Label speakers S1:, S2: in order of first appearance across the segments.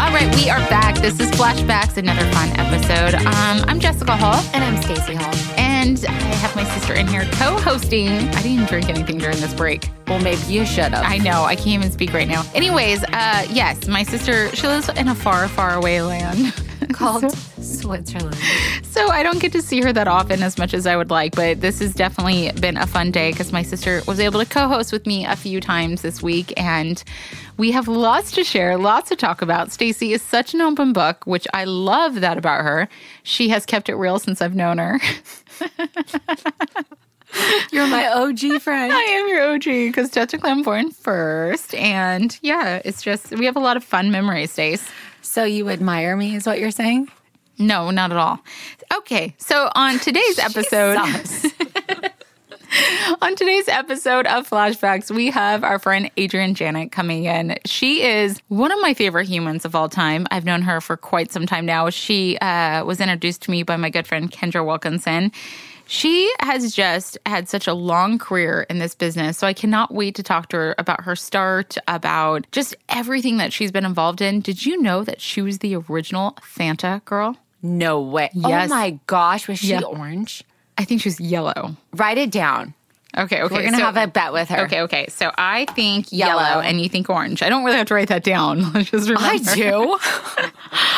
S1: All right, we are back. This is Flashbacks, another fun episode. Um, I'm Jessica Hall,
S2: And I'm Stacey Hall.
S1: and I have my sister in here co-hosting. I didn't drink anything during this break.
S2: Well, maybe you should have.
S1: I know I can't even speak right now. Anyways, uh, yes, my sister she lives in a far, far away land.
S2: called Switzerland.
S1: So I don't get to see her that often as much as I would like, but this has definitely been a fun day because my sister was able to co host with me a few times this week, and we have lots to share, lots to talk about. Stacy is such an open book, which I love that about her. She has kept it real since I've known her.
S2: You're my OG
S1: I
S2: friend.
S1: am your OG because technically I'm born first, and yeah, it's just we have a lot of fun memories, Stace.
S2: So you admire me, is what you're saying?
S1: No, not at all. Okay, so on today's episode.
S2: Jesus.
S1: On today's episode of Flashbacks, we have our friend Adrian Janet coming in. She is one of my favorite humans of all time. I've known her for quite some time now. She uh, was introduced to me by my good friend Kendra Wilkinson. She has just had such a long career in this business, so I cannot wait to talk to her about her start, about just everything that she's been involved in. Did you know that she was the original Fanta girl?
S2: No way.
S1: Yes.
S2: Oh my gosh, was she
S1: Yeah.
S2: orange?
S1: I think she was yellow.
S2: Write it down.
S1: Okay, okay.
S2: We're gonna
S1: so-
S2: have a bet with her.
S1: Okay, okay. So I think yellow,
S2: Yellow.
S1: and you think orange. I don't really have to write that down. Let's just remember.
S2: I do. Oh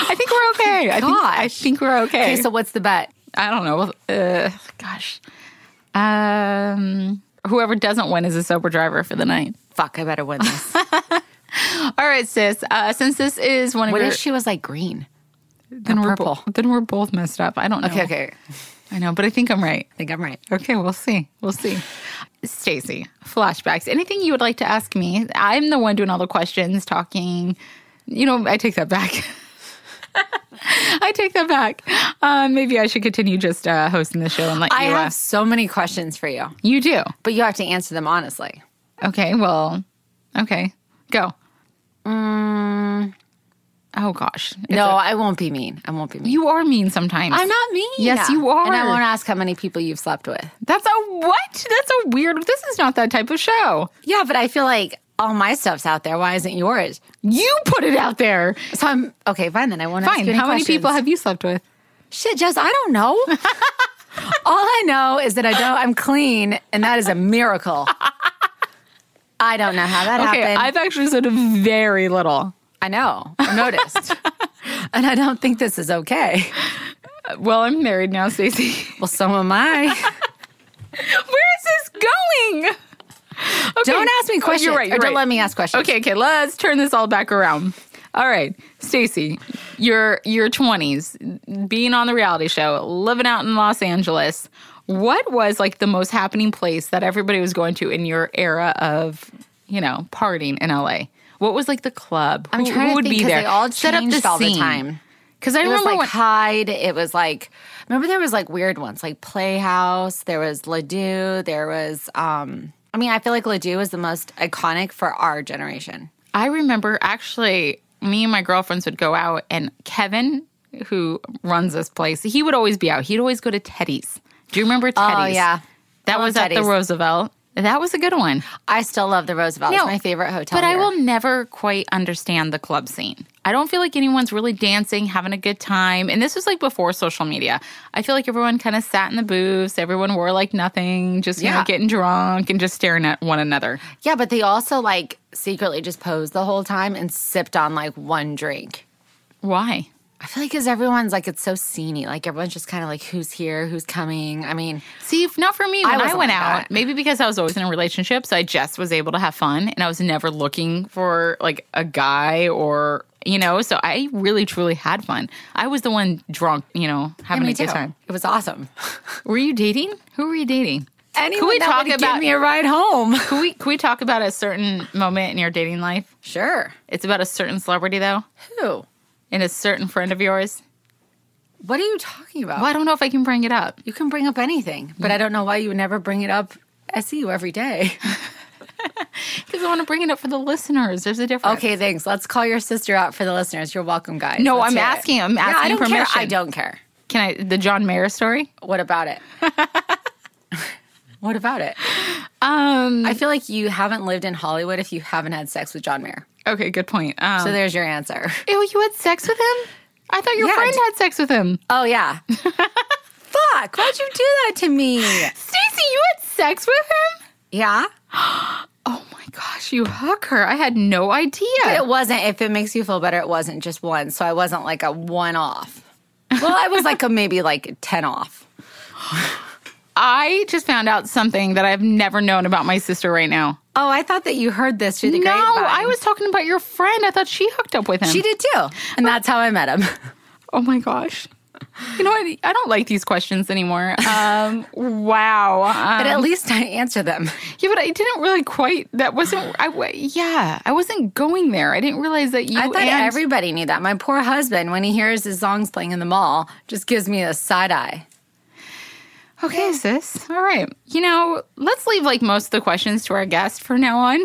S1: I think we're okay. I think, I
S2: Gosh.
S1: think we're okay.
S2: okay, so what's the bet?
S1: I don't know. Uh, gosh. Um, whoever doesn't win is a sober driver for the night.
S2: Fuck, I better win this.
S1: All right, sis. Uh, since this is one of
S2: what
S1: your,
S2: if she was like green?
S1: then
S2: or
S1: we're bo-
S2: purple?
S1: then we're both messed up. I don't know.
S2: Okay, okay.
S1: I know, but I think I'm right.
S2: I think I'm right.
S1: Okay, we'll see. We'll see. Stacy, flashbacks. Anything you would like to ask me? I'm the one doing all the questions, talking. You know, I take that back. I take that back. Uh, maybe I should continue just uh, hosting the show and let
S2: I
S1: you.
S2: have so many questions for you,
S1: uh, you do.
S2: but you have to answer them honestly.
S1: Okay. Well. Okay. Go. oh gosh. It's
S2: Mm. no,
S1: a-
S2: I I won't be mean. I won't be mean.
S1: you are mean sometimes.
S2: I'm not mean.
S1: Yes, you
S2: And I
S1: are.
S2: won't ask how many people you've slept with.
S1: That's a what? That's a weird. This is not that type of show.
S2: Yeah, but I feel like all my stuff's out there. Why isn't yours?
S1: You put it out there.
S2: So I'm okay. Fine then. I won't. Ask
S1: Fine.
S2: you any
S1: How many
S2: questions.
S1: people have you slept with?
S2: Shit, Jess. I don't know. all I know is that I don't. I'm clean, and that is a miracle. I don't know how that
S1: Okay,
S2: happened.
S1: I've actually said very little.
S2: i know. I noticed, and I don't think this is okay.
S1: Well, I'm married now, Stacey.
S2: Well, so am I.
S1: Where is this going? Okay.
S2: Don't
S1: Oh,
S2: ask me questions.
S1: you're right. You're
S2: or don't
S1: right.
S2: let me ask questions.
S1: Okay, okay. Let's turn this all back around. All right, Stacey, your your 20s, being on the reality show, living out in Los Angeles. What was like the most happening place that everybody was going to in your era of, you know, partying in LA? What was like the club?
S2: I'm
S1: who,
S2: trying
S1: who
S2: to
S1: would
S2: think
S1: be
S2: 'cause
S1: there?
S2: They all
S1: Set up the
S2: changed all the
S1: scene.
S2: time.
S1: Because I
S2: It was
S1: remember
S2: like
S1: when
S2: Hyde. It was like remember there was like weird ones like Playhouse. There was Ladue. There was um. I mean, I feel like Ladue was the most iconic for our generation.
S1: I remember actually me and my girlfriends would go out and Kevin, who runs this place, he would always be out. He'd always go to Teddy's. Do you remember Teddy's?
S2: Oh, yeah.
S1: That
S2: love
S1: was at the
S2: Teddy's.
S1: Roosevelt. That was a good one.
S2: I still love the Roosevelt.
S1: No,
S2: it's my favorite hotel.
S1: But I
S2: here.
S1: will never quite understand the club scene. I don't feel like anyone's really dancing, having a good time. And this was like before social media. I feel like everyone kind of sat in the booths. Everyone wore like nothing, just you know,
S2: Yeah.
S1: getting drunk and just staring at one another.
S2: Yeah, but they also like secretly just posed the whole time and sipped on like one drink.
S1: Why?
S2: I feel like because everyone's like it's so sceney. Like everyone's just kind of like who's here, who's coming. I mean,
S1: See, if not for me. When I,
S2: wasn't
S1: went
S2: like
S1: out,
S2: that.
S1: maybe because I was always in a relationship, so I just was able to have fun, and I was never looking for like a guy or you know. So I really truly had fun. I was the one drunk, you know, having
S2: me
S1: a good
S2: too.
S1: time.
S2: It was awesome.
S1: Were you dating? Who were you dating?
S2: Anyone
S1: we
S2: that
S1: talk
S2: would give
S1: about-
S2: me a ride home?
S1: Could we could we talk about a certain moment in your dating life?
S2: Sure.
S1: It's about a certain celebrity though,
S2: Who?
S1: and a certain friend of yours.
S2: What are you talking about?
S1: Well, I don't know if I can bring it up.
S2: You can bring up anything, but I don't know why you would never bring it up. I see you every day.
S1: Because I want to bring it up for the listeners. There's a difference.
S2: Okay, thanks. Let's call your sister out for the listeners. You're welcome, guys.
S1: No,
S2: Let's
S1: I'm
S2: hear it.
S1: asking- I'm
S2: Yeah, I
S1: asking
S2: don't
S1: permission.
S2: Care. I don't care.
S1: Can I the John Mayer story?
S2: What about it? What about it?
S1: Um,
S2: I feel like you haven't lived in Hollywood if you haven't had sex with John Mayer.
S1: okay, good point. Um,
S2: So there's your answer.
S1: ew, you had sex with him? I thought your
S2: Yeah,
S1: friend
S2: d-
S1: had sex with him.
S2: Oh yeah. Fuck! Why'd you do that to me?
S1: Stacy, you had sex with him?
S2: Yeah.
S1: Oh my gosh, you hooker. I had no idea.
S2: It wasn't. If it makes you feel better, it wasn't just one. So I wasn't like a one off. Well, I was like a maybe like ten off.
S1: I just found out something that I've never known about my sister right now.
S2: Oh, I thought that you heard this through the
S1: No,
S2: grapevine.
S1: I was talking about your friend. I thought she hooked up with him.
S2: She did too, and that's how I met him.
S1: Oh my gosh. You know what? I don't like these questions anymore. Um, wow. Um,
S2: But at least I answer them.
S1: yeah, but I didn't really quite. That wasn't. I wa- yeah. I wasn't going there. I didn't realize that you.
S2: I thought
S1: and-
S2: everybody knew that. My poor husband, when he hears his songs playing in the mall, just gives me a side eye.
S1: Okay, sis. All right. You know, let's leave like most of the questions to our guest for now on.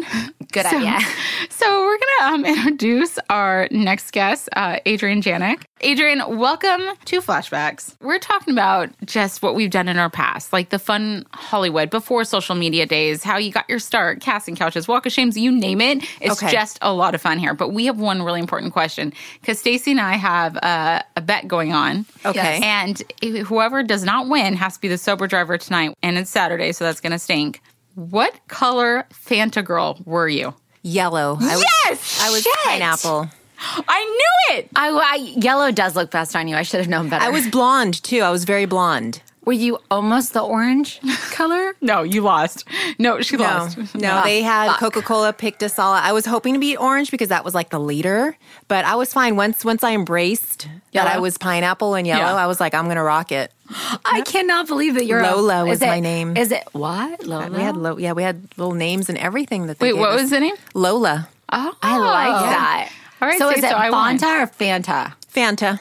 S2: Good
S1: so,
S2: idea.
S1: So we're gonna um, introduce our next guest, uh, Adrian Janik. Adrian, welcome to Flashbacks. We're talking about just what we've done in our past, like the fun Hollywood before social media days, how you got your start, casting couches, walk of shames, you name it. It's
S2: Okay.
S1: just a lot of fun here. But we have one really important question because Stacy and I have uh, a bet going on.
S2: Okay.
S1: And whoever does not win has to be the sober driver tonight. And it's Saturday, so that's going to stink. What color Fanta girl were you?
S3: Yellow. I was,
S1: Yes!
S3: I was
S1: Shit!
S3: pineapple.
S1: I knew it.
S2: I, I- yellow does look best on you. I should have known better.
S3: I was blonde too. I was very blonde.
S2: Were you almost the orange color?
S1: No, you lost. No, she
S3: No,
S1: lost.
S3: no, they had Coca Cola picked us all. out. I was hoping to be orange because that was like the leader, but I was fine once. Once I embraced that I
S2: Yellow?
S3: was pineapple and yellow,
S1: Yeah.
S3: I was like, I'm gonna rock it.
S2: I cannot believe that you're a-
S3: Lola was
S2: is it-
S3: my name.
S2: Is it what Lola?
S3: We had low, yeah, we had little names and everything that they
S1: Wait,
S3: gave
S1: what
S3: us.
S1: was the name?
S3: Lola
S1: Oh,
S2: I like that.
S1: All right,
S2: so
S1: see,
S2: is it
S1: so I won.
S2: Fanta or Fanta?
S3: Fanta?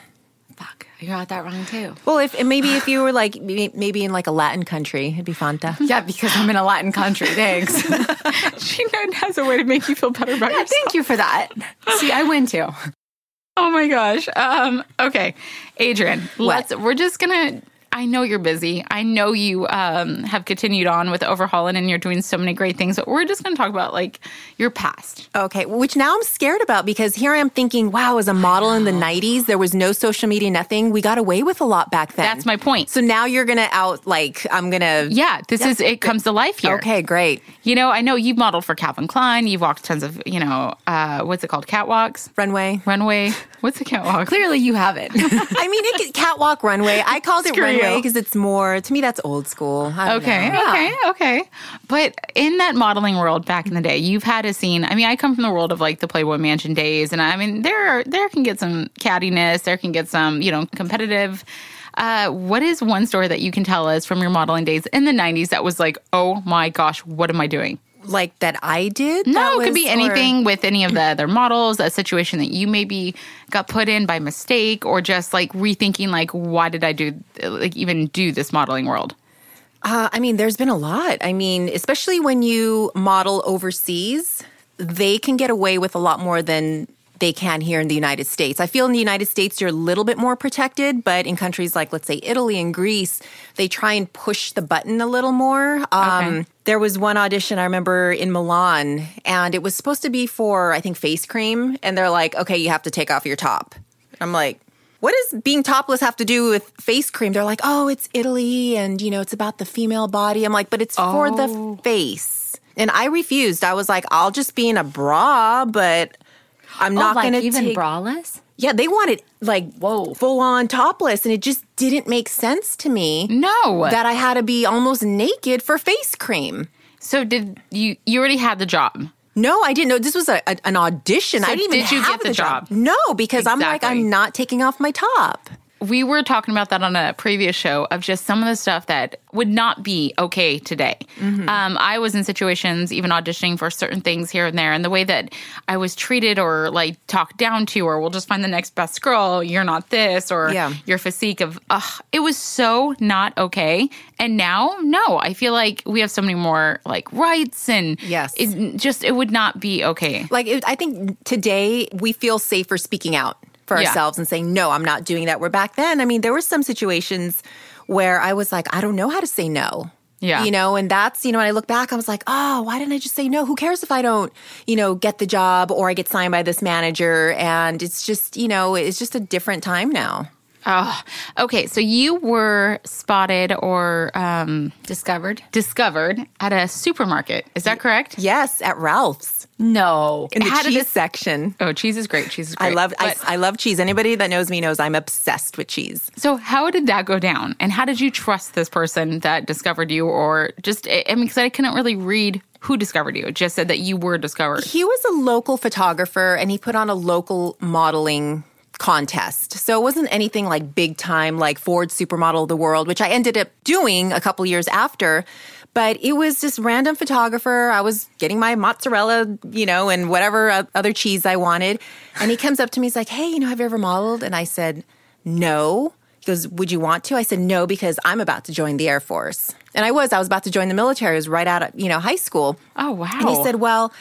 S2: Fuck, you got that wrong too.
S3: Well, if and maybe if you were like may- maybe in like a Latin country, it'd be Fanta.
S2: Yeah, because I'm in a Latin country. Thanks.
S1: She has a way to make you feel better about yourself.
S2: Thank you for that. See, I win too.
S1: Oh my gosh. Um, okay. Adrian, let's we're just gonna I know you're busy. I know you um, have continued on with Overhauling and you're doing so many great things, but we're just gonna talk about like your past.
S3: Okay, which now I'm scared about because here I'm thinking, wow, as a model in the 90s, there was no social media, nothing. We got away with a lot back then.
S1: That's my point.
S3: So now you're going to out, like, I'm going to.
S1: yeah, this is it comes to life here.
S3: Okay, great.
S1: You know, I know you've modeled for Calvin Klein, you've walked tons of, you know, uh, what's it called? Catwalks,
S3: Runway.
S1: runway. What's a catwalk?
S2: Clearly, you have it.
S3: I mean, it, catwalk runway. I called it
S1: Screw
S3: runway
S1: you.
S3: because it's more, to me, that's old school. I don't
S1: Okay,
S3: know.
S1: okay, okay. But in that modeling world back in the day, you've had a scene. I mean, I come from the world of like the Playboy Mansion days, and I mean, there are, there can get some cattiness, there can get some you know competitive. Uh, what is one story that you can tell us from your modeling days in the '90s that was like, oh my gosh, what am I doing?
S3: Like that I did?
S1: No,
S3: That
S1: it could
S3: was-
S1: be
S3: or-
S1: anything with any of the other models, a situation that you maybe got put in by mistake, or just like rethinking, like, why did I do, like, even do this modeling world?
S3: Uh, I mean, there's been a lot. I mean, especially when you model overseas, they can get away with a lot more than they can here in the United States. I feel in the United States, you're a little bit more protected, but in countries like, let's say, Italy and Greece, they try and push the button a little more. Um,
S1: Okay.
S3: There was one audition I remember in Milan, and it was supposed to be for, I think, face cream. And they're like, okay, you have to take off your top. I'm like, what does being topless have to do with face cream? They're like, oh, it's Italy and, you know, it's about the female body. I'm like, but it's for
S1: Oh.
S3: the face. And I refused. I was like, I'll just be in a bra, but
S1: Oh,
S3: I'm not
S2: like
S3: going to
S2: even
S3: take.
S2: braless.
S3: Yeah, they wanted like
S2: Whoa.
S3: full on topless, and it just didn't make sense to me
S1: No.
S3: that I had to be almost naked for face cream.
S1: So did you? You already had the job.
S3: No, I didn't know this was a, a- an audition. I didn't even
S1: did you
S3: have
S1: get the job?
S3: No, because I'm like
S1: Exactly.
S3: I'm not taking off my top.
S1: We were talking about that on a previous show of just some of the stuff that would not be okay today.
S3: Mm-hmm.
S1: Um, I was in situations, even auditioning for certain things here and there, and the way that I was treated or like talked down to, or we'll just find the next best girl, you're not this, or
S3: Yeah.
S1: your physique of, ugh, it was so not okay. And now, no, I feel like we have so many more like rights and
S3: Yes.
S1: it just, it would not be okay.
S3: Like it, I think today we feel safer speaking out for
S1: Yeah.
S3: ourselves and saying no, I'm not doing that. Where back then, I mean, there were some situations where I was like, I don't know how to say no.
S1: Yeah.
S3: You know, and that's, you know, when I look back, I was like, oh, why didn't I just say no? Who cares if I don't, you know, get the job or I get signed by this manager? And it's just, you know, it's just a different time now.
S1: Oh, okay. So you were spotted or um,
S2: Discovered?
S1: discovered at a supermarket. Is that correct?
S3: Yes, at Ralph's
S2: No.
S3: in the
S1: How did
S3: cheese
S1: this-
S3: section.
S1: Oh, cheese is great. Cheese is
S3: I
S1: great.
S3: love I,
S1: But-
S3: I love cheese. Anybody that knows me knows I'm obsessed with cheese.
S1: so how did that go down? And how did you trust this person that discovered you, or just? I I mean, because I couldn't really read who discovered you. It just said that you were discovered.
S3: He was a local photographer and he put on a local modeling contest. So it wasn't anything like big time, like Ford Supermodel of the World, which I ended up doing a couple years after. But it was just random photographer. I was getting my mozzarella, you know, and whatever o- other cheese I wanted. And he comes up to me, he's like, hey, you know, have you ever modeled? And I said, no. He goes, Would you want to? I said, No, because I'm about to join the Air Force. And I was, I was about to join the military. I was right out of, you know, high school.
S1: Oh, wow.
S3: And he said, Well,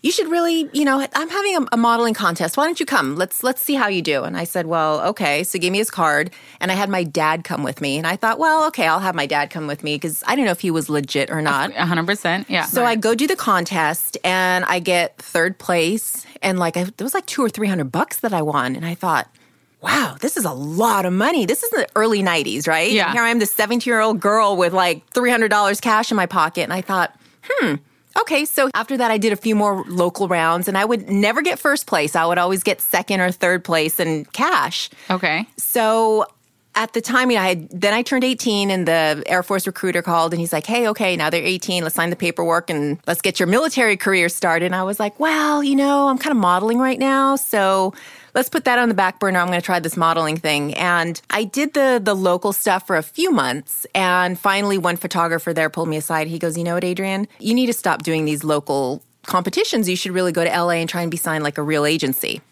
S3: you should really, you know, I'm having a, a modeling contest. Why don't you come? Let's let's see how you do. And I said, Well, okay. So he gave me his card and I had my dad come with me. And I thought, well, okay, I'll have my dad come with me because I don't know if he was legit or not.
S1: One hundred percent. Yeah.
S3: So I go do the contest and I get third place and like I, there was like two or three hundred bucks that I won and I thought, wow, this is a lot of money. This is the early nineties, right?
S1: Yeah.
S3: Here I am, this seventeen year old girl with like three hundred dollars cash in my pocket, and I thought, hmm. Okay, so after that, I did a few more local rounds, and I would never get first place. I would always get second or third place in cash.
S1: okay.
S3: So at the time, you know, I had, then I turned 18 and the Air Force recruiter called and he's like, hey, okay, now they're 18. Let's sign the paperwork and let's get your military career started. And I was like, well, you know, I'm kind of modeling right now. So let's put that on the back burner. I'm going to try this modeling thing. And I did the, the local stuff for a few months. And finally, one photographer there pulled me aside. He goes, you know what, Adrian? You need to stop doing these local competitions. You should really go to LA and try and be signed like a real agency.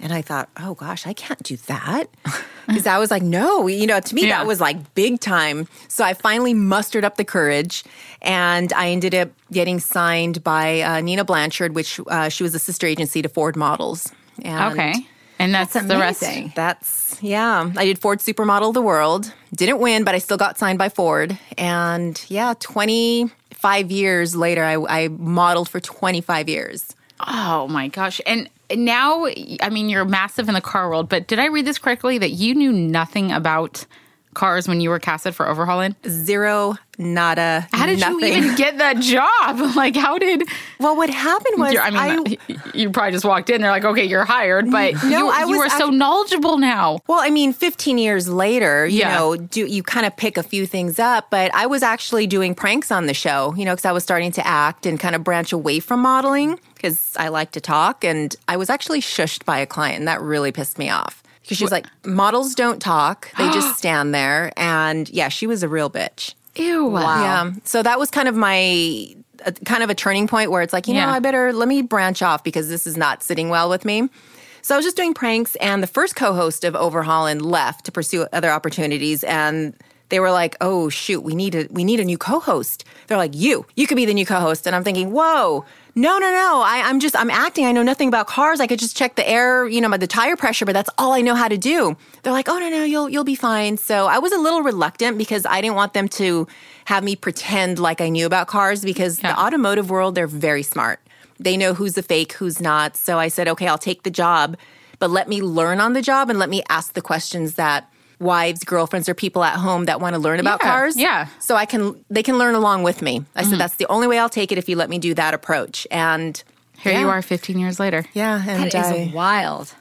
S3: And I thought, oh gosh, I can't do that. Because I was like, no, you know, to me,
S1: Yeah.
S3: that was like big time. So I finally mustered up the courage and I ended up getting signed by uh, Nina Blanchard, which uh, she was a sister agency to Ford Models. And
S1: Okay. And that's,
S2: That's
S1: the rest.
S2: amazing.
S3: That's, yeah. I did Ford Supermodel of the World. Didn't win, but I still got signed by Ford. And yeah, 25 years later, I, I modeled for 25 years.
S1: Oh my gosh. And now, I mean, you're massive in the car world, but did I read this correctly that you knew nothing about cars when you were casted for overhauling?
S3: Zero, nada.
S1: How did
S3: nothing.
S1: you even get that job? Like, how did
S3: Well, what happened was
S1: you? I mean, uh, you probably just walked in. They're like, okay, you're hired, but
S3: Mm-hmm. No,
S1: you,
S3: I
S1: you
S3: was
S1: are so
S3: act-
S1: knowledgeable now.
S3: Well, I mean, 15 years later, you
S1: Yeah.
S3: know, do you kind of pick a few things up, but I was actually doing pranks on the show, you know, cuz I was starting to act and kind of branch away from modeling cuz I like to talk and I was actually shushed by a client and that really pissed me off. Cuz she was like, "Models don't talk. They just stand there." And yeah, she was a real bitch.
S1: Ew. Wow.
S3: Yeah. So that was kind of my uh, kind of a turning point where it's like, you know,
S1: Yeah.
S3: I better let me branch off because this is not sitting well with me. So I was just doing pranks, and the first co-host of Overhauling left to pursue other opportunities, and they were like, "Oh shoot, we need a we need a new co-host." They're like, "You, you could be the new co-host," and I'm thinking, "Whoa." No, no, no. I, I'm just, I'm acting. I know nothing about cars. I could just check the air, you know, the tire pressure, but that's all I know how to do. They're like, oh, no, no, you'll, you'll be fine. So I was a little reluctant because I didn't want them to have me pretend like I knew about cars because the
S1: Yeah.
S3: automotive world, they're very smart. They know who's a fake, who's not. So I said, okay, I'll take the job, but let me learn on the job and let me ask the questions that wives, girlfriends, or people at home that want to learn about
S1: Yeah,
S3: cars.
S1: yeah. Mm-hmm.
S3: So I can, they can learn along with me. I said, that's the only way I'll take it if you let me do that approach. And
S1: Here you
S3: Yeah.
S1: are 15 years later.
S3: yeah, and
S2: That is wild.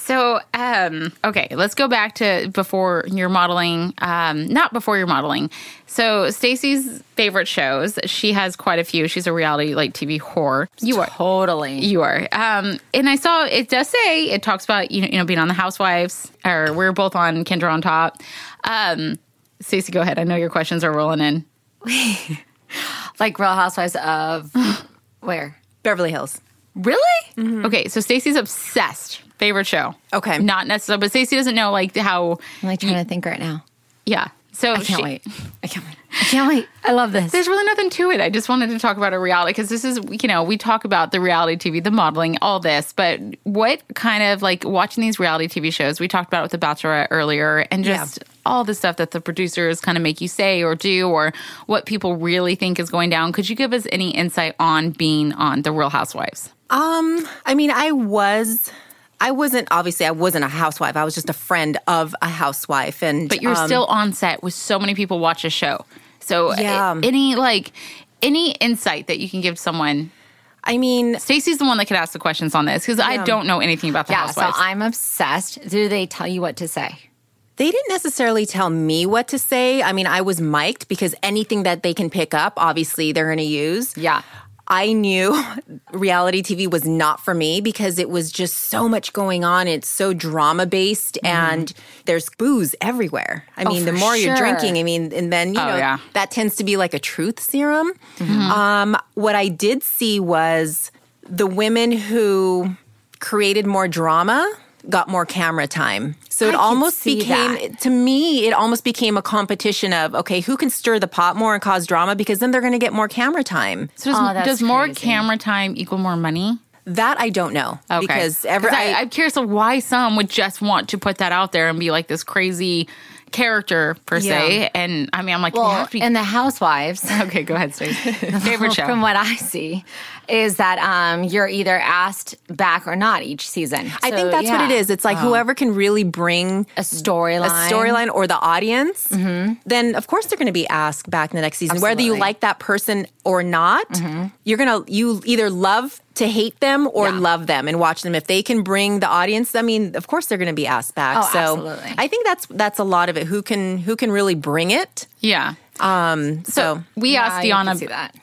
S1: So, um, okay, let's go back to before your modeling. Um, not before your modeling. So, Stacy's favorite shows. She has quite a few. She's a reality like TV whore. You are.
S2: Totally.
S1: You are. Um, and I saw it does say it talks about you know, you know being on the Housewives or we're both on Kendra on top. Um, Stacey, go ahead. I know your questions are rolling in.
S2: Like Real Housewives of where?
S3: Beverly Hills.
S2: Really? Mm-hmm.
S1: Okay, so Stacey's obsessed. Favorite show.
S3: Okay.
S1: Not necessarily, but Stacey doesn't know like how.
S2: I'm like trying to think right now.
S1: Yeah. So
S2: I can't
S1: she-
S2: wait. I can't wait. I can't wait. I love this.
S1: There's really nothing to it. I just wanted to talk about a reality because this is, you know, we talk about the reality TV, the modeling, all this, but what kind of like watching these reality TV shows, we talked about it with The Bachelorette earlier, and just all the stuff that the producers kind of make you say or do or what people really think is going down. Could you give us any insight on being on The Real Housewives?
S3: Um, I mean, I was. I wasn't obviously I wasn't a housewife. I was just a friend of a housewife and
S1: But you're
S3: um,
S1: still on set with so many people watch a show. So
S3: Yeah.
S1: a- any like any insight that you can give someone
S3: I mean,
S1: Stacey's the one that could ask the questions on this because I don't know anything about the
S2: Yeah, so
S1: housewives.
S2: I'm obsessed. Do they tell you what to say?
S3: They didn't necessarily tell me what to say. I mean, I was mic'd because anything that they can pick up, obviously, they're going to use.
S2: Yeah.
S3: I knew reality TV was not for me because it was just so much going on. It's so drama based and there's booze everywhere. I mean, the
S2: Mm-hmm. Oh, for
S3: more you're
S2: sure.
S3: drinking, I mean, and then, you
S1: Oh,
S3: know,
S1: yeah.
S3: that tends to be like a truth serum.
S2: Mm-hmm.
S3: Um, what I did see was the women who created more drama got more camera time. So it
S2: could
S3: almost
S2: see
S3: became
S2: that.
S3: to me, it almost became a competition of okay, who can stir the pot more and cause drama because then they're going to get more camera time.
S1: so does,
S2: Oh, that's
S1: does more
S2: crazy.
S1: camera time equal more money?
S3: That I don't know
S1: Okay.
S3: because every
S1: 'Cause I,
S3: I,
S1: I'm curious of why some would just want to put that out there and be like this crazy character per
S3: Yeah.
S1: se. And I mean, I'm like, you
S2: Well,
S1: have to be-
S2: and the housewives.
S1: okay, go ahead, Stacey. Favorite show.
S2: From what I see, is that um, you're either asked back or not each season.
S3: I think that's what it is. It's like whoever can really bring
S2: A storyline.
S3: a storyline or the audience, then of course they're going to be asked back in the next season. Whether you
S2: Absolutely.
S3: like that person or not, you're going to you either love to hate them or
S2: Yeah.
S3: love them and watch them. If they can bring the audience, I mean, of course they're going to be asked back.
S2: Oh,
S3: so
S2: absolutely.
S3: I think that's that's a lot of it. Who can who can really bring it?
S1: yeah.
S3: Um, so,
S1: We
S2: Yeah,
S1: asked
S2: you can
S1: Deanna.
S2: see that.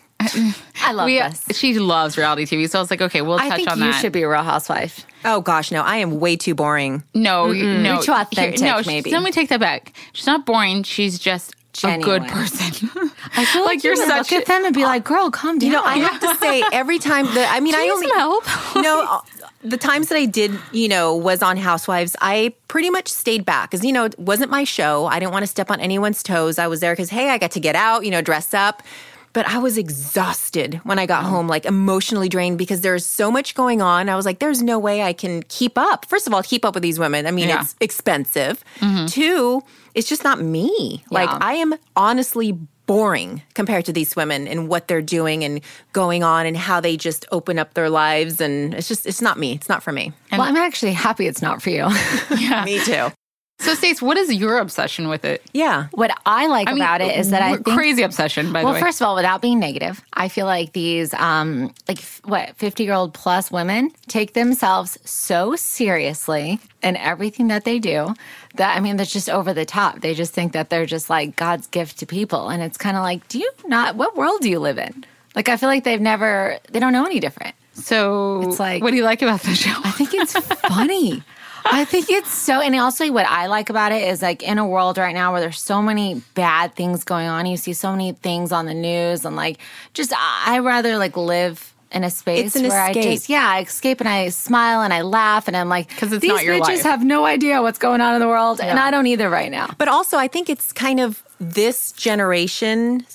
S2: I love
S1: we-
S2: this.
S1: she loves reality TV. So I was like, okay, we'll
S2: I
S1: touch
S2: think
S1: on
S2: you
S1: that.
S2: should be a Real Housewife.
S3: oh gosh, no, I am way too boring.
S1: No, you- no.
S2: You're too authentic,
S1: No,
S2: maybe.
S1: She, let me take that back. She's not boring. She's just a
S2: Genuine.
S1: good person.
S2: I feel like,
S1: you're
S2: you would
S1: such
S2: look
S1: a-
S2: at them and be like, "Girl, calm down."
S3: You know, I have to say, every time that I mean, I
S1: you
S3: only
S1: smell?
S3: no, uh, the times that I did, you know, was on Housewives. I pretty much stayed back because you know it wasn't my show. I didn't want to step on anyone's toes. I was there because hey, I got to get out, you know, dress up. But I was exhausted when I got home, like emotionally drained because there's so much going on. I was like, there's no way I can keep up. First of all, keep up with these women. I mean,
S1: Yeah.
S3: it's expensive. Two, it's just not me. Like,
S2: Mm-hmm. Yeah.
S3: I am honestly boring compared to these women and what they're doing and going on and how they just open up their lives. And it's just, it's not me. It's not for me.
S2: well, I'm actually happy it's not for you.
S3: Me too.
S1: so, Stace, what is your obsession with it?
S3: Yeah.
S2: what I like
S1: I mean,
S2: about it is that I
S1: we're-
S2: think
S1: crazy obsession. By
S2: Well,
S1: the way,
S2: first of all, without being negative, I feel like these, um, like f- what, fifty-year-old plus women take themselves so seriously in everything that they do that I mean, that's just over the top. They just think that they're just like God's gift to people, and it's kind of like, do you not? What world do you live in? Like, I feel like they've never, they don't know any different.
S1: so
S2: It's like-
S1: what do you like about the show?
S2: I think it's funny. I think it's so, and also what I like about it is like in a world right now where there's so many bad things going on, you see so many things on the news, and like just I I rather like live in a space
S3: It's an
S2: where I
S3: escape.
S2: just yeah I escape and I smile and I laugh and I'm like
S1: 'Cause it's
S2: these
S1: not your
S2: bitches
S1: life."
S2: have no idea what's going on in the world and I don't either right now.
S3: But also, I think it's kind of this generation.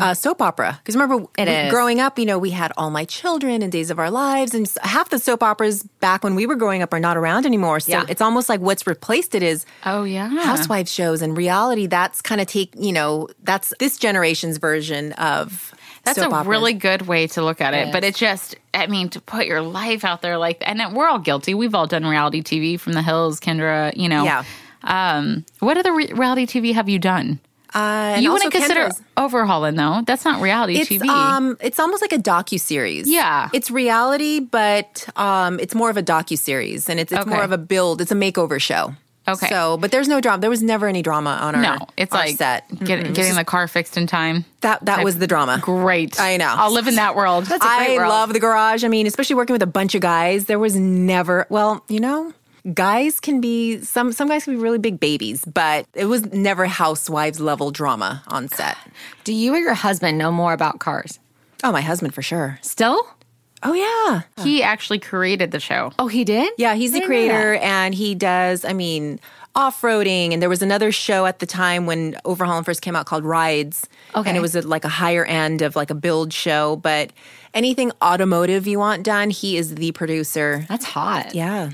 S3: Uh, soap opera because remember
S2: Mm. It
S3: we-
S2: is.
S3: growing up you know we had all my children and days of our lives and s- half the soap operas back when we were growing up are not around anymore so
S2: Yeah.
S3: it's almost like what's replaced it is
S1: oh yeah,
S3: housewife shows and reality that's kind of take you know that's this generation's version of
S1: That's
S3: soap
S1: a
S3: operas.
S1: really good way to look at it.
S2: It
S1: But
S2: is.
S1: it's just, I mean, to put your life out there like, and then we're all guilty. We've all done reality TV from the hills, Kendra. You know,
S3: Yeah.
S1: Um, what other re- reality TV have you done?
S3: uh, and
S1: you
S3: also
S1: wouldn't consider
S3: Kendra's.
S1: overhauling though. That's not reality
S3: it's
S1: TV.
S3: um it's almost like a docu series
S1: Yeah.
S3: it's reality but um it's more of a docu series and it's, it's more
S1: Okay.
S3: of a build it's a makeover show
S1: Okay.
S3: so but there's no drama there was never any drama on our
S1: no, it's
S3: our
S1: like
S3: set
S1: get- getting the car fixed in time.
S3: that that was the drama
S1: Great.
S3: I know.
S1: I'll live in that world.
S2: a
S3: I
S2: great world.
S3: love the garage. I mean, especially working with a bunch of guys, there was never well, you know, guys can be some some guys can be really big babies, but it was never housewives level drama on set.
S2: Do you or your husband know more about cars
S3: Oh, my husband for sure.
S2: still?
S3: Oh yeah.
S1: he actually created the show.
S2: Oh, he did.
S3: Yeah, he's
S2: I
S3: the
S2: didn't know that.
S3: creator and he does, I mean, off-roading and there was another show at the time when Overhaul first came out called Rides.
S2: Okay.
S3: And it was a, like a higher end of like a build show, but anything automotive you want done, he is the producer.
S2: That's hot.
S3: Yeah.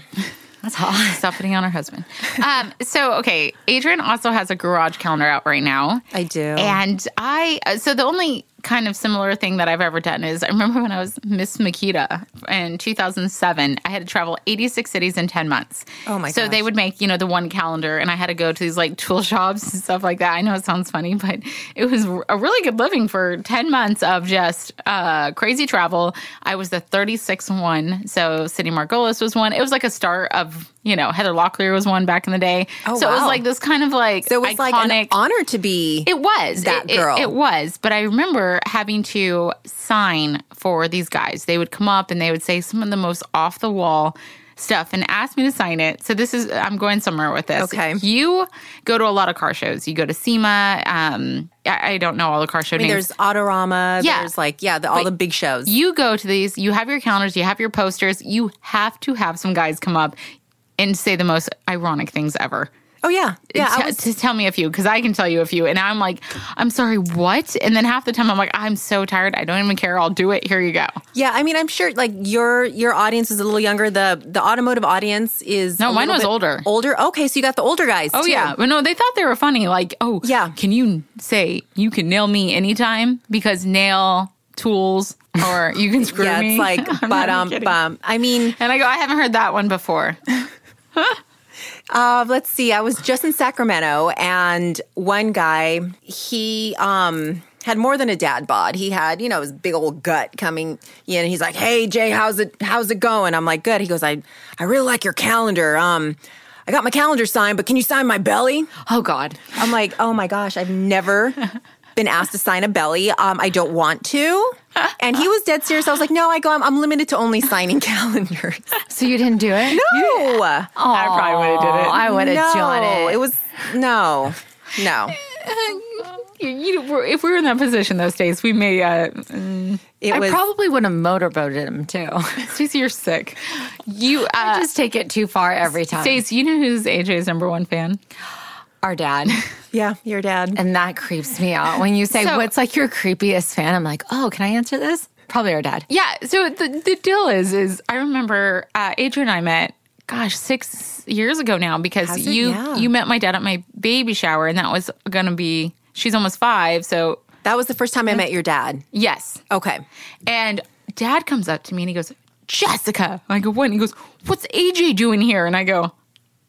S2: That's hot.
S1: Stop putting on her husband. Um, so okay, Adrian also has a garage calendar out right now.
S3: I do.
S1: And I uh, so the only kind of similar thing that I've ever done is I remember when I was Miss Makita in 2007, I had to travel 86 cities in 10 months.
S3: Oh my
S1: So
S3: gosh.
S1: they would make, you know, the one calendar and I had to go to these like tool shops and stuff like that. I know it sounds funny, but it was a really good living for 10 months of just uh, crazy travel. I was the 36th one. So City Margolis was one. It was like a start of, you know, Heather Locklear was one back in the day.
S3: Oh,
S1: so it was
S3: wow.
S1: like this kind of like
S3: so it was like an
S1: iconic
S3: honor to be.
S1: it was
S3: that
S1: It- it-
S3: girl.
S1: It, was, but I remember having to sign for these guys. They would come up and they would say some of the most off the wall stuff and ask me to sign it. So this is I'm going somewhere with this.
S3: Okay.
S1: you go to a lot of car shows. You go to SEMA. Um, I, I don't know all the car show
S3: I mean,
S1: names.
S3: there's Autorama.
S1: Yeah.
S3: There's like yeah, the, all the big shows.
S1: You go to these, you have your calendars, you have your posters, you have to have some guys come up and say the most ironic things ever.
S3: oh yeah, yeah. I
S1: T-
S3: was-
S1: to tell me a few because I can tell you a few. And I'm like, I'm sorry, what? And then half the time I'm like, I'm so tired. I don't even care. I'll do it. Here you go.
S3: Yeah, I mean, I'm sure like your your audience is a little younger. The the automotive audience is
S1: No,
S3: a
S1: mine
S3: little
S1: was
S3: bit
S1: older.
S3: Older. Okay, so you got the older guys.
S1: Oh, yeah. But no, they thought they were funny. Like, oh,
S3: Yeah.
S1: Can you say you can nail me anytime? Because nail tools or you can screw
S3: yeah.
S1: me.
S3: It's like
S1: I'm not
S3: but
S1: even
S3: um
S1: kidding.
S3: bum. I mean,
S1: And I go, I haven't heard that one before.
S3: uh, let's see. I was just in Sacramento, and one guy he um had more than a dad bod. He had you know his big old gut coming in. And he's like, "Hey Jay, how's it how's it going?" I'm like, "Good." He goes, "I I really like your calendar. Um, I got my calendar signed, but can you sign my belly?"
S2: Oh God.
S3: I'm like, oh my gosh, I've never been asked to sign a belly. Um, I don't want to. And he was dead serious. I was like, no, I go, I'm, I'm limited to only signing calendars.
S2: So you didn't do it?
S3: No.
S1: I probably would have did
S2: Oh,
S1: it.
S2: I would have
S3: no.
S2: done it.
S3: It was, no, no.
S1: You- you were- if we were in that position those days, we may. Uh,
S3: It
S2: I
S3: was,
S2: probably would have motorboated him too.
S1: Stacey, you're sick. You,
S2: I
S1: uh,
S2: just take it too far every time.
S1: Stacey, you know who's AJ's number one fan?
S2: Our dad.
S3: yeah, your dad.
S2: And that creeps me out. When you say,
S1: So-
S2: what's like your creepiest fan? I'm like, oh, can I answer this? Probably our dad.
S1: Yeah. So the, the deal is, is I remember uh, Adrian and I met, gosh, six years ago now because
S3: Has it?
S1: you
S3: Yeah.
S1: you met my dad at my baby shower, and that was gonna be she's almost five, so
S3: That was the first time I met your dad.
S1: yes.
S3: Okay.
S1: And dad comes up to me and he goes, Jessica. And I go, what? And he goes, What's AJ doing here? And I go,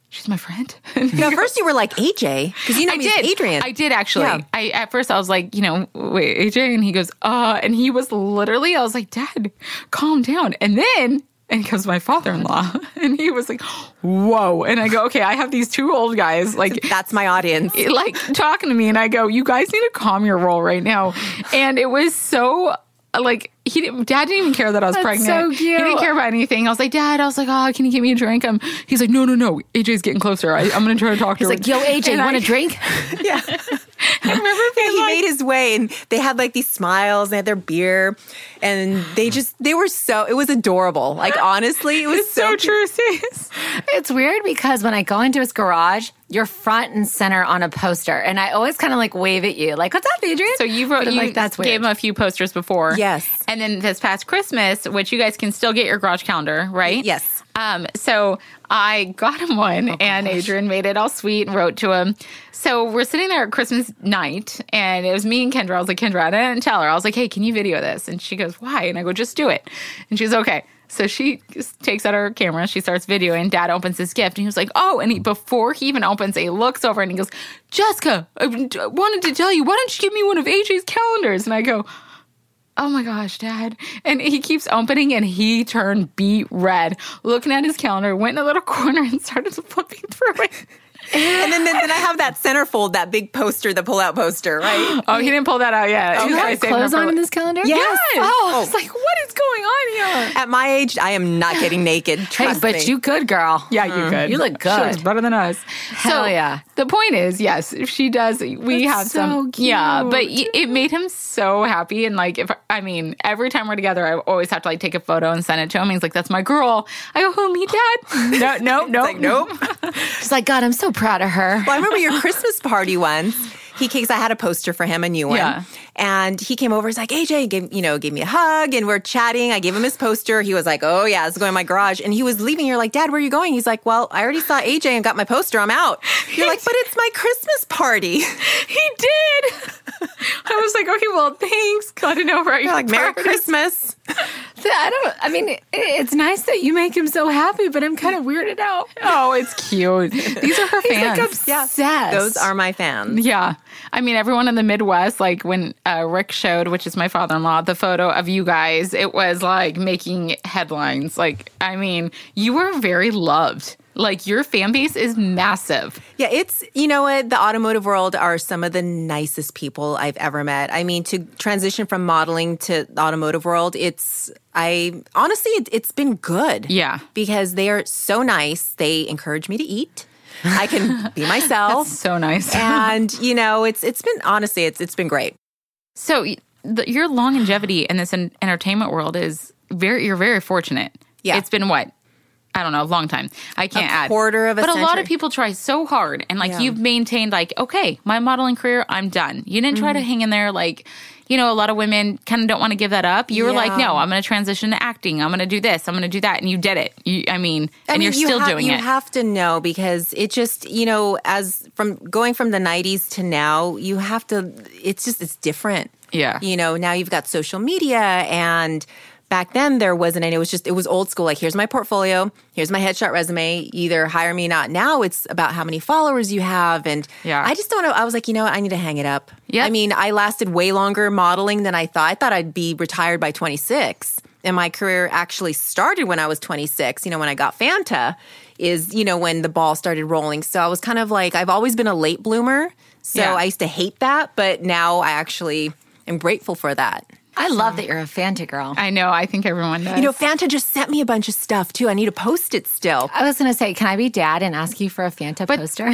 S1: She's my friend.
S3: Yeah, at first you were like, AJ, because you know
S1: I
S3: me as
S1: did.
S3: Adrian.
S1: I did actually.
S3: Yeah.
S1: I at first I was like, you know, wait, AJ, and he goes, uh, and he was literally, I was like, Dad, calm down. And then and comes my father-in-law, and he was like, whoa. And I go, okay, I have these two old guys like eh,
S3: That's my audience.
S1: like talking to me, and I go, you guys need to calm your roll right now. And it was so. Like he didn't, Dad didn't even care that I was pregnant.
S2: so
S1: He didn't
S2: cute.
S1: care about anything. I was like, Dad, I was like, oh, can you get me a drink? Um, he's like, no, no, no. AJ's getting closer. I, I'm gonna try to talk to
S2: He's
S1: her.
S2: like, yo,
S1: And
S2: AJ, you
S1: I-
S2: want a drink?
S3: Yeah.
S1: I remember being
S3: he
S1: like,
S3: made his way and they had like these smiles and they had their beer and they just they were so it was adorable like honestly it was so,
S1: so
S3: cute.
S1: true, sis.
S2: It's weird because when I go into his garage, you're front and center on a poster. And I always kind of like wave at you, like, what's up, Adrian?
S1: So you wrote,
S2: But I'm
S1: you
S2: like, that's weird.
S1: gave him a few posters before,
S3: Yes.
S1: And then this past Christmas, which you guys can still get your garage calendar, right?
S3: Yes.
S1: Um, so I got him one, and Adrian made it all sweet and wrote to him. So we're sitting there at Christmas night, and it was me and Kendra. I was like, Kendra, and I didn't tell her. I was like, Hey, can you video this? And she goes, Why? And I go, Just do it. And she's okay. So she just takes out her camera, she starts videoing. Dad opens his gift, and he was like, "Oh!" And he, before he even opens it, he looks over and he goes, "Jessica, I wanted to tell you. Why don't you give me one of AJ's calendars?" And I go, oh my gosh, dad. And he keeps opening and he turned beet red, looking at his calendar, went in a little corner and started flipping through it.
S3: and then, then then I have that centerfold that big poster the pull out poster right
S1: Oh, he didn't pull that out yet.
S2: Do
S1: He's
S2: you
S1: probably
S2: have
S1: saving it
S2: clothes
S1: for-
S2: on in this calendar?
S1: Yes.
S2: Oh,
S1: I was like, what is going on here?
S3: at my age I am not getting naked
S2: hey,
S3: trust
S2: but
S3: me
S2: you good, girl.
S1: Yeah, you could.
S2: you look
S1: She looks
S2: good.
S1: better than us.
S2: Hell yeah.
S1: The point is, yes, if she does. We
S2: That's
S1: have some.
S2: so
S1: Yeah, but
S2: cute.
S1: y- it made him so happy. And like, if I mean, every time we're together, I always have to like take a photo and send it to him. He's like, "That's my girl." I go, "Who me, Dad?" no, no, no,
S3: like nope
S2: She's like, God, I'm so proud of her.
S3: well I remember your Christmas party once he because I had a poster for him, a new one.
S1: Yeah.
S3: And he came over. He's like, AJ, gave, you know, gave me a hug, and we're chatting. I gave him his poster. He was like, Oh yeah, it's going in my garage. And he was leaving. You're like, Dad, where are you going? He's like, Well, I already saw AJ and got my poster. I'm out. You're like, But it's my Christmas party.
S1: He did. I was like, okay, well, thanks. Glad to know where you're
S3: You're like, Merry Christmas.
S2: I don't. I mean, it, it's nice that you make him so happy, but I'm kind of weirded out.
S1: Oh, it's cute. These are her fans.
S2: Like obsessed.
S3: Those are my fans.
S1: Yeah. I mean, everyone in the Midwest, like when uh, Rick showed, which is my father in law, the photo of you guys, it was like making headlines. Like, I mean, you were very loved. Like, your fan base is massive.
S3: Yeah, it's, you know what, the automotive world are some of the nicest people I've ever met. I mean, to transition from modeling to the automotive world, it's, I honestly, it, it's been good.
S1: Yeah.
S3: Because they are so nice. They encourage me to eat. I can be myself.
S1: So nice.
S3: and, you know, it's, it's been, honestly, it's, it's been great.
S1: So, y- the, your longevity in this en- entertainment world is very, you're very fortunate.
S3: Yeah.
S1: It's been what? I don't know, a long time. I can't add.
S3: quarter of a
S1: But a lot
S3: century.
S1: of people try so hard and like
S3: Yeah.
S1: you've maintained like, okay, my modeling career, I'm done. You didn't try
S3: Mm-hmm.
S1: to hang in there like, you know, a lot of women kind of don't want to give that up. You were like,
S3: Yeah.
S1: no, I'm going to transition to acting. I'm going to do this. I'm going to do that. And you did it. You, I mean,
S3: I
S1: and
S3: mean,
S1: you're still
S3: ha-
S1: doing
S3: you
S1: it.
S3: have to know because it just, you know, as from going from the 90s to now, you have to, it's just, it's different.
S1: Yeah.
S3: You know, now you've got social media and back then there wasn't any, it was just, it was old school. Like, here's my portfolio, here's my headshot resume, either hire me or not. Now it's about how many followers you have. And
S1: Yeah.
S3: I just don't know. I was like, you know what? I need to hang it up.
S1: Yep.
S3: I mean, I lasted way longer modeling than I thought. I thought I'd be retired by 26. And my career actually started when I was 26, you know, when I got Fanta, is, you know, when the ball started rolling. So I was kind of like, I've always been a late bloomer. So
S1: Yeah.
S3: I used to hate that, but now I actually am grateful for that.
S2: I love that you're a Fanta girl.
S1: I know. I think everyone does.
S3: You know, Fanta just sent me a bunch of stuff too. I need to post it still.
S2: I was gonna say, can I be dad and ask you for a Fanta poster?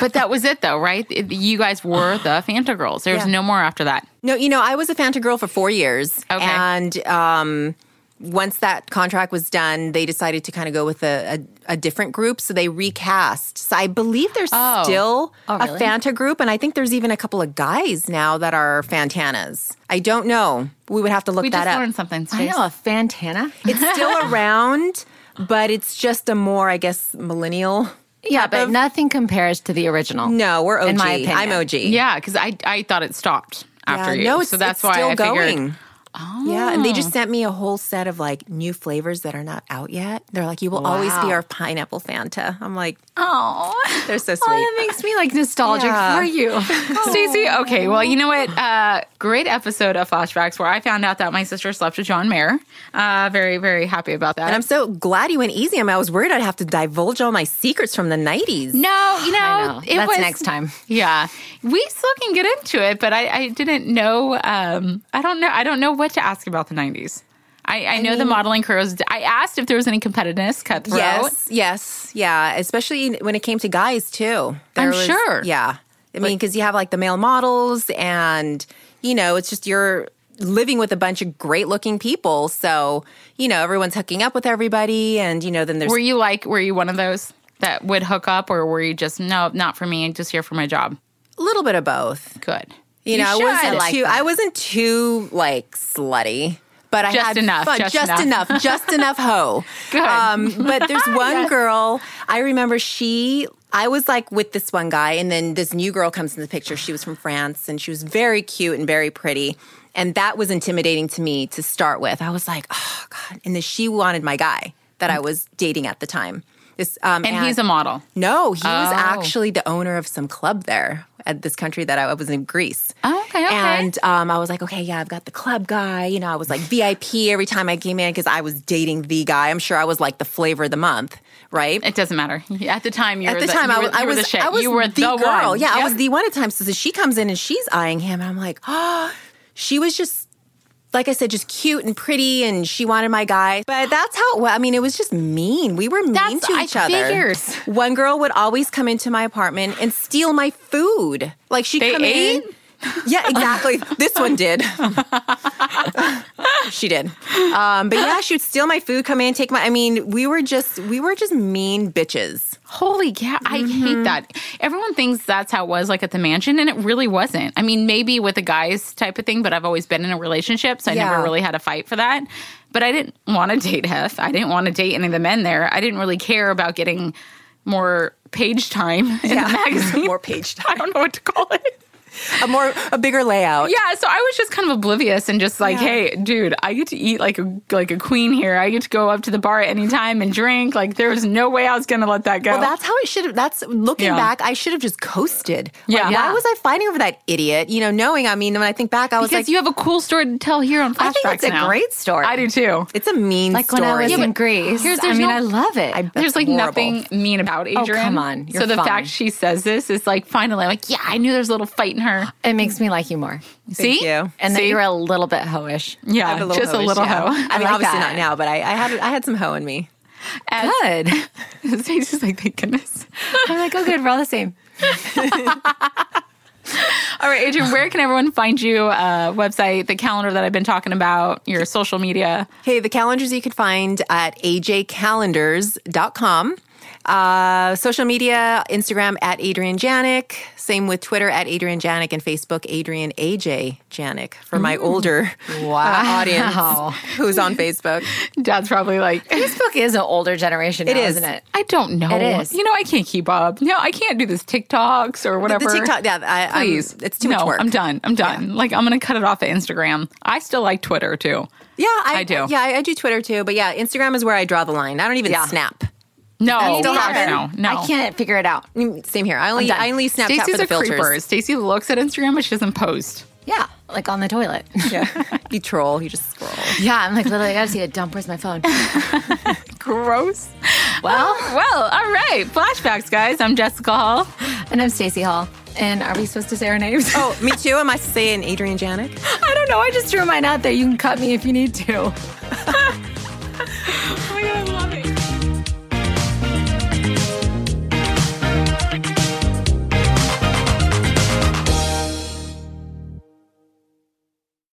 S1: but that was it though, right? It- You guys were the Fanta girls. There's
S3: Yeah.
S1: no more after that.
S3: No, you know, I was a Fanta girl for four years.
S1: Okay.
S3: And um, once that contract was done, they decided to kind of go with a, a, a different group. So they recast. So I believe there's
S1: Oh.
S3: still
S2: Oh,
S3: a
S2: really?
S3: Fanta group. And I think there's even a couple of guys now that are Fantanas. I don't know. We would have to look
S1: We
S3: that
S1: just
S3: up.
S1: learned something.
S2: I
S1: Stace.
S2: know a Fantana.
S3: It's still around, but it's just a more, I guess, millennial.
S2: Yeah, but nothing compares to the original.
S3: No, we're OG.
S2: In my opinion.
S3: I'm OG.
S1: Yeah, because I I thought it stopped after you.
S3: Yeah, No, it's
S1: so that's
S3: it's
S1: why
S3: still
S1: I figured.
S3: going. Yeah, and they just sent me a whole set of like new flavors that are not out yet. They're like, "You will always be
S2: Wow.
S3: our pineapple Fanta." I'm like,
S1: Oh,
S3: "They're so
S2: Oh,
S3: sweet."
S2: that makes me like nostalgic
S3: Yeah.
S2: for you.
S1: Stacey. Okay, well, you know what? Uh, great episode of Flashbacks where I found out that my sister slept with John Mayer. Uh, very very happy about that.
S3: and I'm so glad you went easy. on me. I was worried I'd have to divulge all my secrets from the '90s.
S1: no, you know,
S2: I know.
S1: it
S2: That's
S1: was
S2: next time.
S1: Yeah, we still can get into it, but I, I didn't know. Um, I don't know. I don't know what to ask about the '90s. I, I, know the modeling crew. was- I asked if there was any competitiveness, cutthroat.
S3: Yes, yes, yeah. Especially when it came to guys too.
S1: I'm
S3: There
S1: sure.
S3: Yeah, I mean, because you have like the male models, and you know, it's just you're living with a bunch of great-looking people. So you know, everyone's hooking up with everybody, and you know, then there's
S1: Were you like, were you one of those that would hook up, or were you just no, not for me, just here for my job?
S3: a little bit of both.
S1: Good.
S3: You, know,
S1: should.
S3: I wasn't
S2: like
S3: too.
S2: that.
S3: I wasn't too like slutty, but I
S1: Just
S3: had
S1: enough,
S3: fun-
S1: just
S3: enough, just enough hoe. Um,
S1: Good.
S3: but there's one girl I remember. She, I was like with this one guy, and then this new girl comes in the picture. She was from France, and she was very cute and very pretty. And that was intimidating to me to start with. I was like, oh god. And then she wanted my guy that I was dating at the time. This um,
S1: Mm. and he's a model.
S3: no, he was
S1: Oh.
S3: actually the owner of some club there at this country that I was in Greece.
S1: Oh, okay, okay.
S3: And um, I was like, okay, yeah, I've got the club guy. You know, I was like VIP every time I came in because I was dating the guy. I'm sure I was like the flavor of the month, right?
S1: It doesn't matter. At the time, you
S3: at
S1: were
S3: the time,
S1: you
S3: I
S1: were-
S3: was, I
S1: you were
S3: was,
S1: the shit.
S3: I was
S1: you were
S3: the, girl. Yeah, I was
S1: Yep.
S3: the one at times. So she comes in and she's eyeing him, and I'm like, oh, she was just. Like I said, just cute and pretty, and she wanted my guy. But that's how it was. I mean, it was just mean. We were mean
S1: That's-
S3: to
S1: I
S3: each other.
S1: figured.
S3: One girl would always come into my apartment and steal my food. Like she'd
S1: They
S3: come in. Yeah, exactly. this one did. she did. Um, but yeah, she would steal my food, come in, and take my. I mean, we were just we were just mean bitches.
S1: Holy yeah, I hate that. Everyone thinks that's how it was like at the mansion, and it really wasn't. I mean, maybe with the guys type of thing, but I've always been in a relationship, so I
S3: Yeah.
S1: never really had a fight for that. But I didn't want to date Hef. I didn't want to date any of the men there. I didn't really care about getting more page time in the magazine.
S3: more page
S1: I don't know what to call it.
S3: a more a bigger layout.
S1: Yeah, so I was just kind of oblivious and just like,
S3: Yeah.
S1: hey, dude, I get to eat like a like a queen here. I get to go up to the bar at any time and drink. Like there was no way I was gonna let that go.
S3: Well, that's how it should have. That's looking
S1: Yeah.
S3: back. I should have just coasted.
S1: Yeah.
S3: Like,
S1: Yeah.
S3: Why was I fighting over that idiot? You know, knowing. I mean, when I think back, I was
S1: because
S3: like,
S1: you have a cool story to tell here on Flashbacks.
S3: I think it's a
S1: now.
S3: great story.
S1: I do too.
S3: It's a mean
S2: Like
S3: story.
S2: when I was
S1: but
S2: in Greece.
S1: here's-
S2: I
S1: there's
S2: mean,
S1: no-
S2: I love it.
S3: I-
S1: There's
S3: That's
S1: like
S3: horrible. Oh,
S1: nothing mean about Adrian.
S2: come on. You're
S1: so the
S2: fine.
S1: fact she says this is like finally, I'm like, yeah, I knew there's a little fight in her.
S2: it makes me like you more.
S1: See?
S3: you.
S2: And that
S1: See?
S2: you're a little bit hoish.
S1: yeah,
S3: I'm a little
S1: just a
S3: hoish,
S1: little
S3: yeah.
S1: hoe.
S3: I mean,
S2: like
S3: obviously
S2: that.
S3: not now, but I, I had I had some hoe in me.
S1: As-
S2: Good.
S1: Stacy's just like, thank goodness.
S2: I'm like, oh, good. We're all the same.
S1: All right, Adrian, where can everyone find you? Uh, website, the calendar that I've been talking about, your social media.
S3: Hey, the calendars you can find at ajcalendars.com. Uh, social media, Instagram at Adrian Janik. Same with Twitter at Adrian Janik and Facebook, Adrian AJ Janik for my
S1: Mm.
S3: older uh, audience who's on Facebook.
S1: Dad's probably like,
S2: Facebook is an older generation now,
S3: is.
S2: isn't it?
S1: I don't know.
S2: It is.
S1: You know, I can't keep up. No, I can't do this TikToks or whatever.
S3: The TikTok, yeah, I, I'm-
S1: Please.
S3: it's too
S1: no,
S3: much work.
S1: I'm done. I'm done. Like, I'm going to cut it off at Instagram. I still like Twitter too.
S3: Yeah, I,
S1: I do.
S3: Yeah, I, I do Twitter too, but yeah, Instagram is where I draw the line. I don't even
S2: Yeah.
S3: snap.
S1: No,
S2: Oh,
S3: still
S1: gosh,
S3: happen.
S1: no, no.
S2: I can't figure it out.
S3: Mm, Same here. I only
S2: done.
S3: I only Snapchat
S1: Stacey's
S3: for the
S1: a creeper.
S3: filters.
S1: Stacey looks at Instagram, but she doesn't post.
S2: Yeah, like on the toilet.
S3: Yeah, you troll. You just scroll.
S2: yeah, I'm like literally, I gotta see a dump. Where's my phone?
S1: Gross.
S2: Well,
S1: Well, all right. Flashbacks, guys. I'm Jessica Hall.
S2: and I'm Stacey Hall. And are we supposed to say our names?
S3: Oh, me too. Am I saying Adrian Janik?
S2: I don't know. I just threw mine out there. You can cut me if you need to.